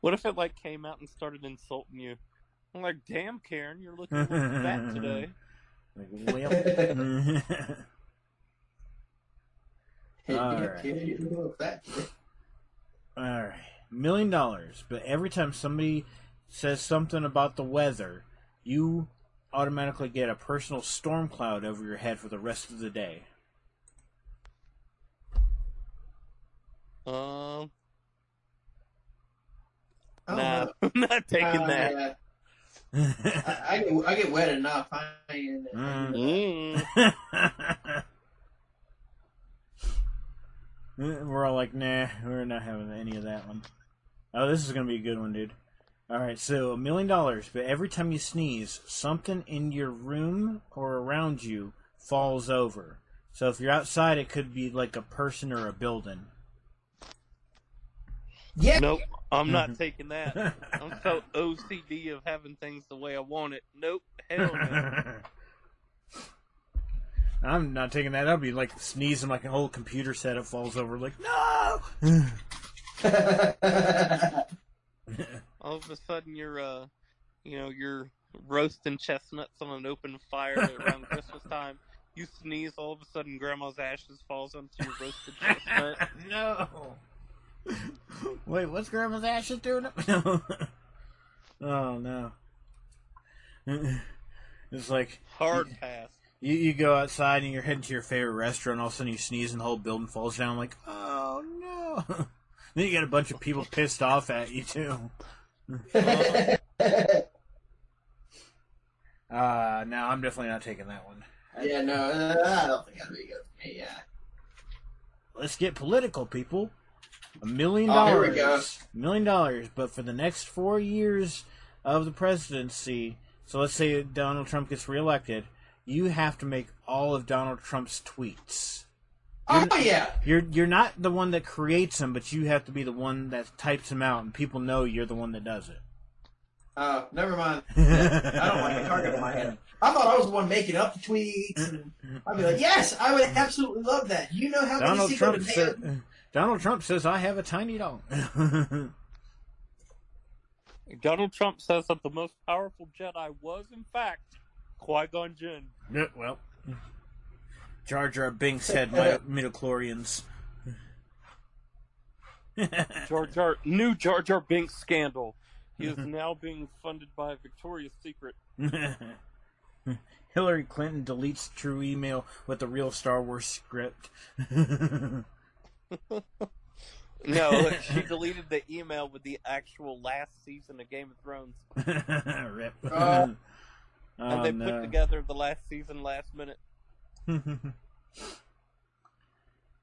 Speaker 3: What if it like came out and started insulting you? I'm like, damn, Karen, you're looking a little fat today.
Speaker 1: Like, well. Alright.
Speaker 2: Yeah, you know what that-
Speaker 1: Alright. Million dollars. But every time somebody says something about the weather, you automatically get a personal storm cloud over your head for the rest of the day.
Speaker 3: Um,
Speaker 2: I don't
Speaker 3: nah,
Speaker 2: know.
Speaker 3: I'm not taking
Speaker 2: Uh,
Speaker 3: that.
Speaker 2: yeah. Oh, I, I, get, I get wet enough. I ain't,
Speaker 1: Mm.
Speaker 3: Mm.
Speaker 1: we're all like, nah, we're not having any of that one. Oh, this is gonna be a good one, dude. Alright, so a million dollars, but every time you sneeze, something in your room or around you falls over. So if you're outside, it could be like a person or a building.
Speaker 2: yeah,
Speaker 3: Nope, I'm not
Speaker 1: Mhm.
Speaker 3: taking that. I'm so OCD of having things the way I want it. Nope, hell no.
Speaker 1: I'm not taking that. I'll be like sneezing, like a whole computer setup falls over. Like, no! Mm.
Speaker 3: All of a sudden, you're, uh, you know, you're roasting chestnuts on an open fire around Christmas time. You sneeze, all of a sudden, Grandma's ashes falls onto your roasted chestnut.
Speaker 1: no. Wait, what's Grandma's ashes doing? up- No. oh no. It's like
Speaker 3: Hard pass.
Speaker 1: you, you go outside and you're heading to your favorite restaurant. All of a sudden, you sneeze and the whole building falls down. Like, oh no! then you got a bunch of people pissed off at you too. Uh, no, I'm definitely not taking that one.
Speaker 2: yeah, no, uh, I don't think that'd be good for me. Yeah.
Speaker 1: Let's get political, people. A million
Speaker 2: Oh, here we go.
Speaker 1: dollars. Million dollars, but for the next four years of the presidency, So let's say Donald Trump gets reelected. You have to make all of Donald Trump's tweets.
Speaker 2: Oh yeah,
Speaker 1: You're you're not the one that creates them, but you have to be the one that types them out, and people know you're the one that does it.
Speaker 2: uh, never mind. I don't like a target on my head. I thought I was the one making up the tweets. And I'd be like, yes, I would absolutely love that. You know how many
Speaker 1: Donald
Speaker 2: Cinco de
Speaker 1: Trump
Speaker 2: Mayo-
Speaker 1: said. Donald Trump says I have a tiny dog.
Speaker 3: Donald Trump says that the most powerful Jedi was, in fact, Qui Gon Jinn.
Speaker 1: Yeah, well, Jar Jar Binks had my midichlorians.
Speaker 3: Jar Jar, new Jar Jar Binks scandal. He is now being funded by Victoria's Secret.
Speaker 1: Hillary Clinton deletes true email with the real Star Wars script.
Speaker 3: No, she deleted the email with the actual last season of Game of Thrones,
Speaker 1: Rip.
Speaker 2: Oh.
Speaker 3: Uh, and they
Speaker 1: Oh,
Speaker 3: put together the last season last minute.
Speaker 1: no.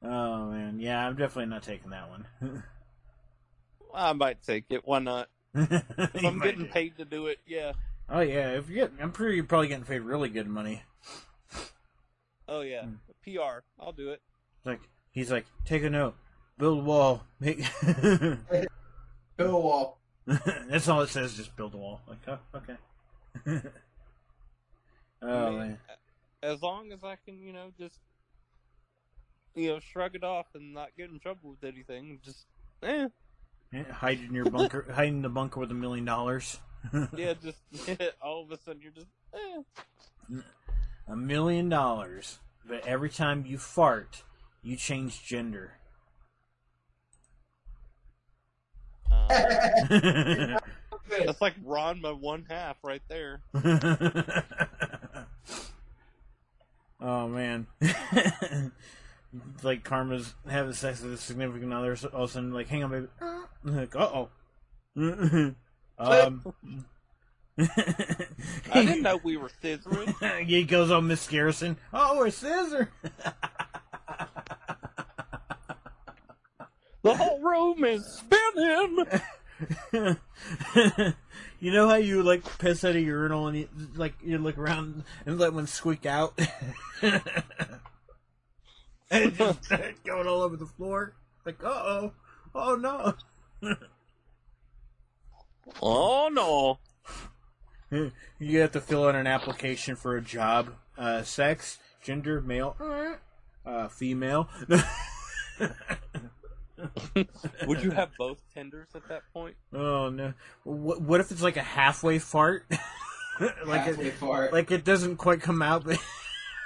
Speaker 1: oh man, yeah, I'm definitely not taking that one.
Speaker 3: I might take it. Why not? If
Speaker 1: You
Speaker 3: I'm
Speaker 1: might
Speaker 3: getting
Speaker 1: do.
Speaker 3: paid to do it, yeah.
Speaker 1: Oh yeah, if you're getting, I'm pretty you're probably getting paid really good money.
Speaker 3: Oh yeah,
Speaker 1: Mm.
Speaker 3: PR. I'll do it.
Speaker 1: It's Like he's like, take a note, build a wall, make.
Speaker 2: Bill Wall.
Speaker 1: That's all it says. Just build a wall. Like, oh, okay. oh
Speaker 3: mean,
Speaker 1: man.
Speaker 3: As long as I can, you know, just you know, shrug it off and not get in trouble with anything. Just eh,
Speaker 1: Yeah, Hide in your bunker. hide in the bunker with a million dollars.
Speaker 3: yeah, just all of a sudden you're just eh.
Speaker 1: A million dollars. But every time you fart, you change gender.
Speaker 3: Uh,
Speaker 2: Good.
Speaker 3: that's like Ron my one half right there.
Speaker 1: oh man. It's like karma's having sex with a significant other, so all of a sudden, like, hang on, baby.
Speaker 3: Uh-huh.
Speaker 1: Like, uh oh. um.
Speaker 3: I didn't know we were scissoring.
Speaker 1: he goes on Miss Garrison. Oh, we're scissor.
Speaker 3: The whole room is spinning.
Speaker 1: you know how you like piss out a urinal and you like you look around and let one squeak out, and it just starts going all over the floor. Like, uh oh, oh no.
Speaker 3: Oh no!
Speaker 1: You have to fill out an application for a job. Uh, sex, gender, male, uh, female.
Speaker 3: Would you have both tenders at that point?
Speaker 1: oh no. What, what if it's like a halfway fart? like it,
Speaker 2: Halfway fart.
Speaker 1: like it doesn't quite come out, but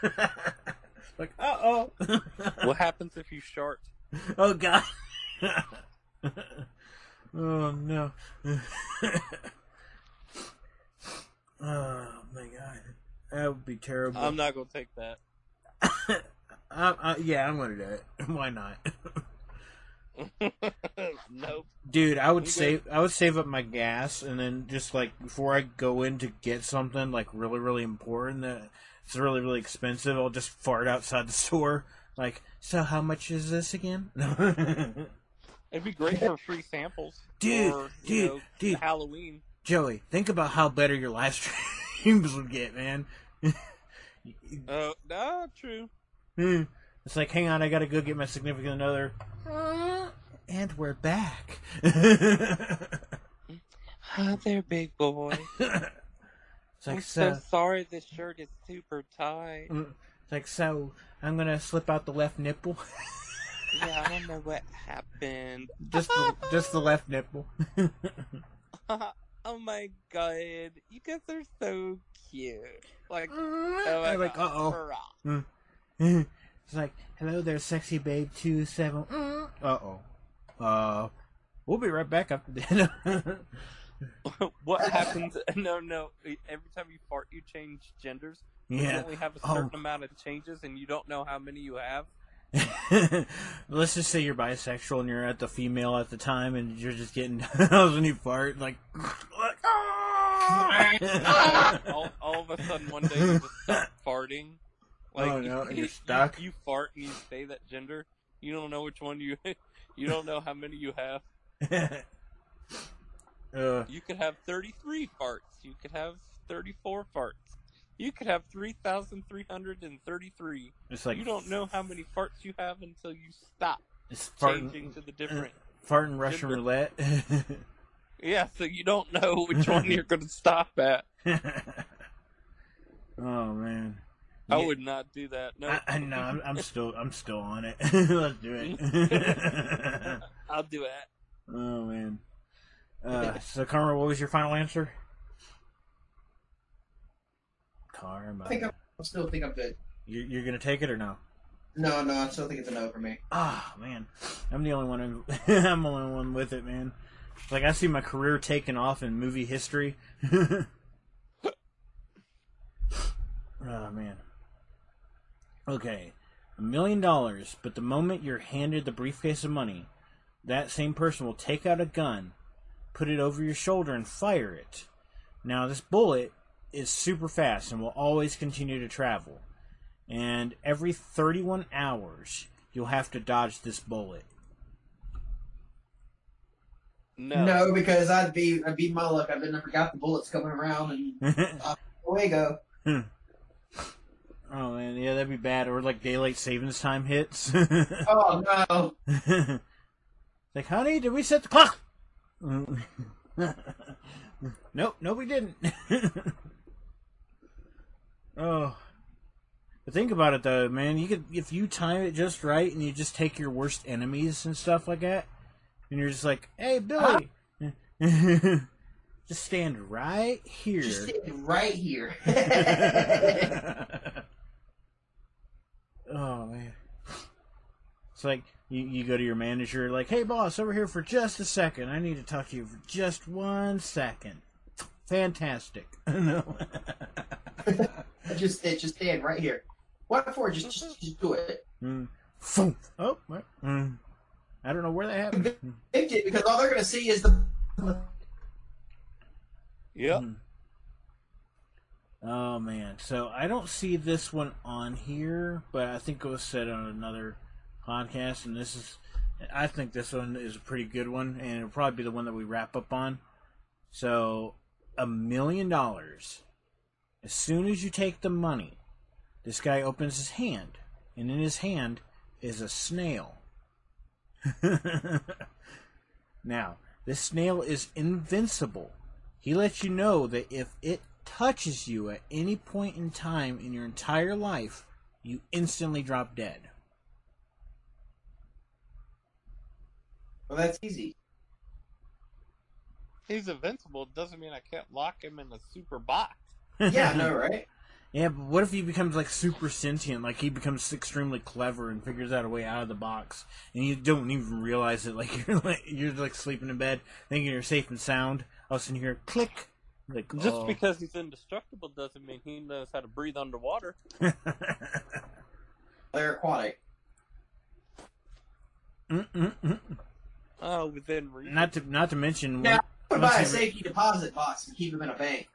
Speaker 1: like uh oh,
Speaker 3: What happens if you shart?
Speaker 1: oh god, oh no, oh Oh, my god, that would be terrible.
Speaker 3: I'm not gonna take that.
Speaker 1: Uh, uh, yeah, I'm gonna do it. Why not,
Speaker 3: nope.
Speaker 1: dude? I would
Speaker 3: You good?
Speaker 1: save, I would save up my gas, and then just like before I go in to get something like really, really important that it's really, really expensive, I'll just fart outside the store. Like, so how much is this again?
Speaker 3: It'd be great for free samples.
Speaker 1: Dude,
Speaker 3: or, you
Speaker 1: dude,
Speaker 3: know,
Speaker 1: dude.
Speaker 3: Halloween.
Speaker 1: Joey, think about how better your live streams would get, man.
Speaker 3: Uh, nah, true.
Speaker 1: Hmm. It's like, hang on, I gotta go get my significant other. And we're back. it's
Speaker 3: Hi there, big boy.
Speaker 1: like, so,
Speaker 3: sorry this shirt is super tight.
Speaker 1: it's like, so, I'm gonna slip out the left nipple.
Speaker 3: Yeah, I don't know what happened.
Speaker 1: just, the, just the left nipple.
Speaker 3: oh my god, you guys are so cute. Like,
Speaker 1: I'm like, uh oh. it's like, hello there, sexy babe two seven. Uh oh. Uh, we'll be right back after the.
Speaker 3: what happens? No, no. E, Every time you fart, you change genders. You
Speaker 1: yeah.
Speaker 3: only have a
Speaker 1: Oh.
Speaker 3: certain amount of changes, and you don't know how many you have.
Speaker 1: Let's just say you're bisexual and you're at the female at the time, and you're just getting how's when you fart like. like, ah!
Speaker 3: all, all of a sudden one day you just stop farting. Like
Speaker 1: Oh, no, and you're stuck?
Speaker 3: You, you fart and you say that gender. You don't know which one you. You don't know how many you have.
Speaker 1: Uh,
Speaker 3: You could have 33 farts. You could have 34 farts. You could have 3,333.
Speaker 1: it's like
Speaker 3: you don't know how many farts you have until you stop
Speaker 1: It's farting,
Speaker 3: changing to the different.
Speaker 1: farting Russian
Speaker 3: Gender.
Speaker 1: roulette.
Speaker 3: Yeah, so you don't know which one you're going to stop at.
Speaker 1: oh man.
Speaker 3: I
Speaker 1: Yeah.
Speaker 3: would not do that. No,
Speaker 1: I, I, no, I'm, I'm still I'm still on it. Let's do it.
Speaker 3: I'll do it.
Speaker 1: oh man. Uh, so Karma, what was your final answer? Karma,
Speaker 2: I think I'm, I still think I'm good.
Speaker 1: you, you're gonna take it or no?
Speaker 2: No, no, I still think it's a no for me.
Speaker 1: Ah man, I'm the only one. Who, I'm the only one with it, man. Like I see my career taking off in movie history. oh Ah, man. Okay, a million dollars, but the moment you're handed the briefcase of money, that same person will take out a gun, put it over your shoulder, and fire it. Now this bullet is super fast and will always continue to travel and every 31 hours you'll have to dodge this bullet.
Speaker 3: No.
Speaker 2: No, because I'd be I'd be my luck. I've been I forgot the bullets coming around and
Speaker 1: oh
Speaker 2: away go.
Speaker 1: man, yeah, that'd be bad. Or like daylight savings time hits.
Speaker 2: Oh no.
Speaker 1: like, honey, did we set the clock? nope, no, we didn't. oh, but think about it though, man. You could if you time it just right, and you just take your worst enemies and stuff like that, and you're just like, "Hey, Billy, just stand right here."
Speaker 2: Just sitting right here.
Speaker 1: oh man. It's like you, you go to your manager like, hey boss, over here for just a second. I need to talk to you for just one second. Fantastic. no.
Speaker 2: just just stand right here. What for? Just just, just do it.
Speaker 1: Mm. Phoom. Oh, what? Mm. I don't know where that happened.
Speaker 2: They did because all they're gonna see is the
Speaker 3: Yep.
Speaker 1: Oh man, so I don't see this one on here, but I think it was said on another podcast, and this is, I think this one is a pretty good one, and it'll probably be the one that we wrap up on. So, a million dollars. As soon as you take the money, this guy opens his hand, and in his hand is a snail. now, this snail is invincible. He lets you know that if it touches you at any point in time in your entire life, you instantly drop dead.
Speaker 2: Well that's easy.
Speaker 3: He's invincible. Doesn't mean I can't lock him in a super box.
Speaker 2: Yeah, I know, right?
Speaker 1: Yeah, but what if he becomes like super sentient? Like he becomes extremely clever and figures out a way out of the box, and you don't even realize it. Like you're like you're like sleeping in bed, thinking you're safe and sound. All of a sudden, you hear a click. Like
Speaker 3: Just
Speaker 1: oh.
Speaker 3: because he's indestructible doesn't mean he knows how to breathe underwater.
Speaker 2: They're aquatic.
Speaker 1: Mm-mm-mm.
Speaker 3: Oh, within reason.
Speaker 1: not to not to mention
Speaker 2: Now, Put
Speaker 1: Unless
Speaker 2: buy a
Speaker 1: you-
Speaker 2: safety deposit box and keep them in a bank.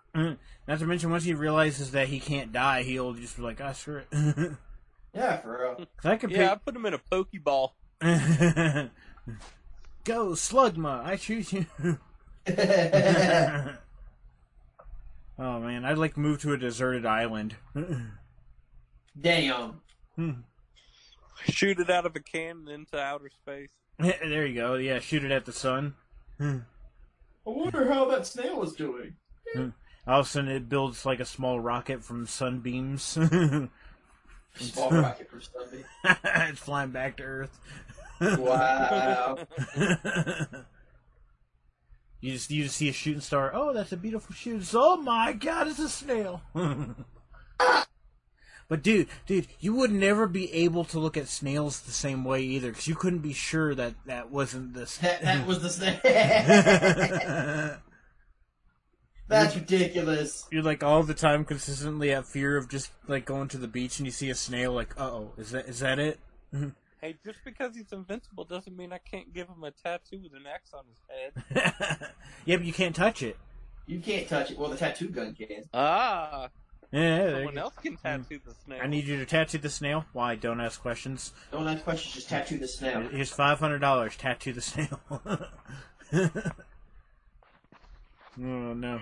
Speaker 1: not to mention once he realizes that he can't die, he'll just be like, "Ah, screw it." 'Cause
Speaker 2: Yeah, for real.
Speaker 1: I could
Speaker 3: yeah, I put him in a pokeball.
Speaker 1: pick. Go Slugma, I choose you.
Speaker 2: yeah,
Speaker 1: oh man, I'd like to move to a deserted island.
Speaker 2: Damn.
Speaker 3: Shoot it out of a cannon into outer space.
Speaker 1: there you go. Yeah, shoot it at the sun.
Speaker 2: I wonder how that snail is doing.
Speaker 1: All of a sudden, it builds like a small rocket from sunbeams.
Speaker 2: Small rocket for somebody.
Speaker 1: it's flying back to Earth.
Speaker 2: Wow.
Speaker 1: you just you just see a shooting star. Oh, that's a beautiful shooting. star. Oh my God, it's a snail. but dude, dude, you would never be able to look at snails the same way either, because you couldn't be sure that that wasn't the
Speaker 2: That, that was the snail.
Speaker 1: snail.
Speaker 2: That's ridiculous.
Speaker 1: You're like all the time consistently at fear of just like going to the beach and you see a snail. Like, uh oh, is that is that it?
Speaker 3: Hey, just because he's invincible doesn't mean I can't give him a tattoo with an axe on his head.
Speaker 1: yeah, but you can't touch it.
Speaker 2: You can't touch it. Well, the tattoo gun can.
Speaker 3: Ah,
Speaker 1: Yeah, there you
Speaker 3: someone
Speaker 1: go. Mm.
Speaker 3: else can tattoo the snail.
Speaker 1: I need you to tattoo the snail. Why? Don't ask questions.
Speaker 2: Don't ask questions. Just tattoo the snail.
Speaker 1: Here's five hundred dollars. Tattoo the snail. Oh no.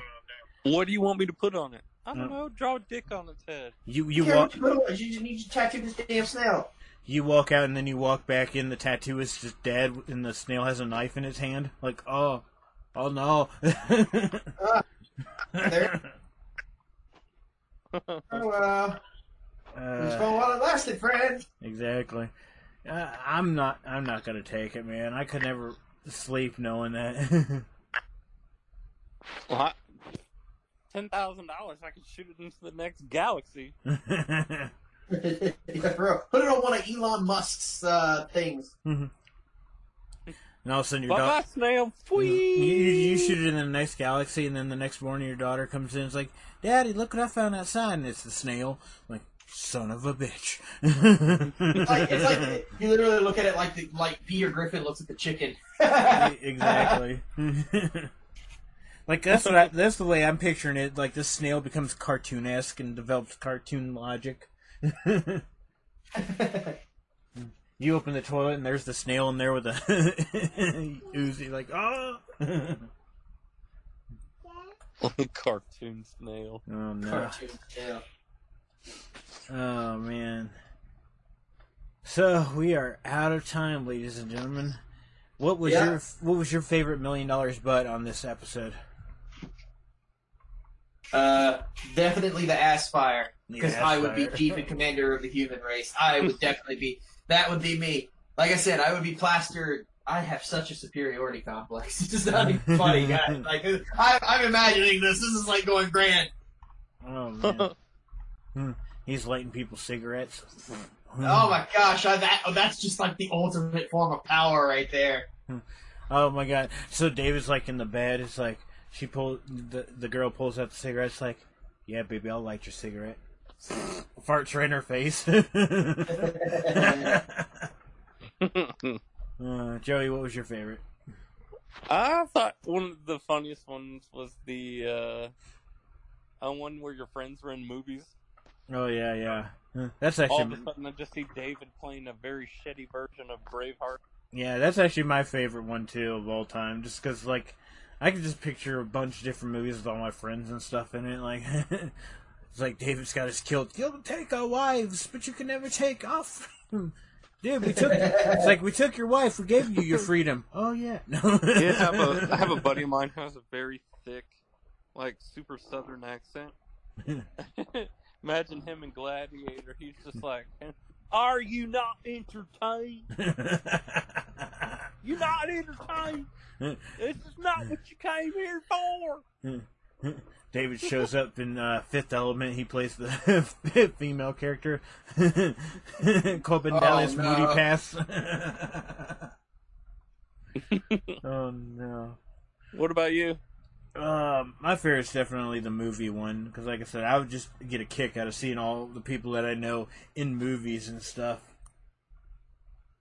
Speaker 3: What do you want me to put on it? I don't
Speaker 1: Uh.
Speaker 3: know. Draw a dick on its head.
Speaker 1: You you
Speaker 2: Care
Speaker 1: walk
Speaker 2: what you put on, You just need to tattoo this damn snail.
Speaker 1: you walk out and then you walk back in. The tattoo is just dead, and the snail has a knife in his hand. Like oh, oh no.
Speaker 2: Ah, There. Oh, well, it's
Speaker 1: Uh,
Speaker 2: been while it lasted, friend.
Speaker 1: exactly. Uh, I'm not. I'm not gonna take it, man. I could never sleep knowing that.
Speaker 3: What? Ten thousand dollars. I could shoot it into the next galaxy.
Speaker 2: Yeah, for real. Put it on one of Elon Musk's uh, things.
Speaker 1: and all of a sudden, your
Speaker 3: Bye
Speaker 1: daughter.
Speaker 3: bye, snail.
Speaker 1: You, you you shoot
Speaker 3: Whee!
Speaker 1: it in the next galaxy, and then the next morning your daughter comes in and is like, Daddy, look what I found outside. And it's the snail. I'm like, son of a bitch.
Speaker 2: It's like, it's like you literally look at it like the, like Peter Griffin looks at the chicken.
Speaker 1: exactly. like, that's what I, that's the way I'm picturing it. Like, this snail becomes cartoon esque and develops cartoon logic. You open the toilet, and there's the snail in there with a Uzi, like, oh. oh,
Speaker 3: Cartoon snail.
Speaker 1: Oh, no.
Speaker 2: Cartoon. Yeah.
Speaker 1: Oh man. So we are out of time, ladies and gentlemen. What was
Speaker 2: Yeah.
Speaker 1: your what was your favorite million dollars butt on this episode?
Speaker 2: Uh, definitely the ass fire because
Speaker 1: The ass
Speaker 2: I would be
Speaker 1: fire.
Speaker 2: chief and commander of the human race. I would definitely be. That would be me. Like I said, I would be plastered. I have such a superiority complex. It's just not even funny, guys. Like I, I'm imagining this. This is like going grand.
Speaker 1: Oh man. Hmm. He's lighting people cigarettes. Hmm. Mm.
Speaker 2: Oh my gosh, I, that oh, that's just like the ultimate form of power right there.
Speaker 1: Oh my god. So David's like in the bed. It's like she pull the the girl pulls out the cigarette. It's like, yeah, baby, I'll light your cigarette. Farts right in her face. uh, Joey, what was your favorite?
Speaker 3: I thought one of the funniest ones was the uh, uh, one where your friends were in movies.
Speaker 1: Oh yeah, yeah. Huh. That's
Speaker 3: All of a
Speaker 1: actually
Speaker 3: sudden, I just see David playing a very shitty version of Braveheart.
Speaker 1: yeah, that's actually my favorite one too of all time. Just because like I can just picture a bunch of different movies with all my friends and stuff in it. Like it's like David's got his kilt. You'll take our wives, but you can never take off. Dude, we took. It's like we took your wife. We gave you your freedom. Oh yeah, no.
Speaker 3: Yeah, I have, a, I have a buddy of mine who has a very thick, like super southern accent. Imagine him in Gladiator. He's just like, "Are you not entertained? You're not entertained. This is not what you came here for."
Speaker 1: David shows up in uh, Fifth Element. He plays the female character, Corbin
Speaker 2: Oh,
Speaker 1: Dallas
Speaker 2: no.
Speaker 1: Moody Pass. oh no!
Speaker 3: What about you?
Speaker 1: Um, my favorite is definitely the movie one because, like I said, I would just get a kick out of seeing all the people that I know in movies and stuff.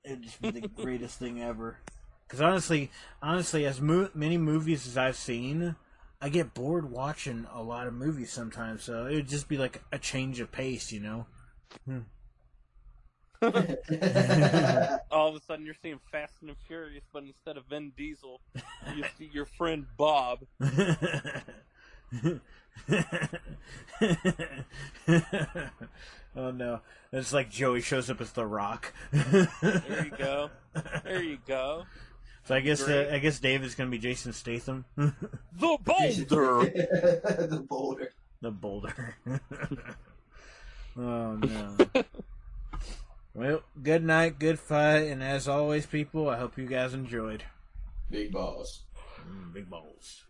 Speaker 1: It'd just be the greatest thing ever. Because honestly, honestly, as mo- many movies as I've seen, I get bored watching a lot of movies sometimes. So it would just be like a change of pace, you know.
Speaker 3: All of a sudden, you're seeing Fast and the Furious, but instead of Vin Diesel, you see your friend Bob.
Speaker 1: oh no! It's like Joey shows up as The Rock.
Speaker 3: There you go. There you go.
Speaker 1: So I guess uh,
Speaker 3: Great.
Speaker 1: I guess David's gonna be Jason Statham,
Speaker 3: The Boulder.
Speaker 2: the boulder.
Speaker 1: the Boulder. oh no. well, good night, good fight, and as always, people, I hope you guys enjoyed.
Speaker 2: Big balls.
Speaker 1: Mm, big balls.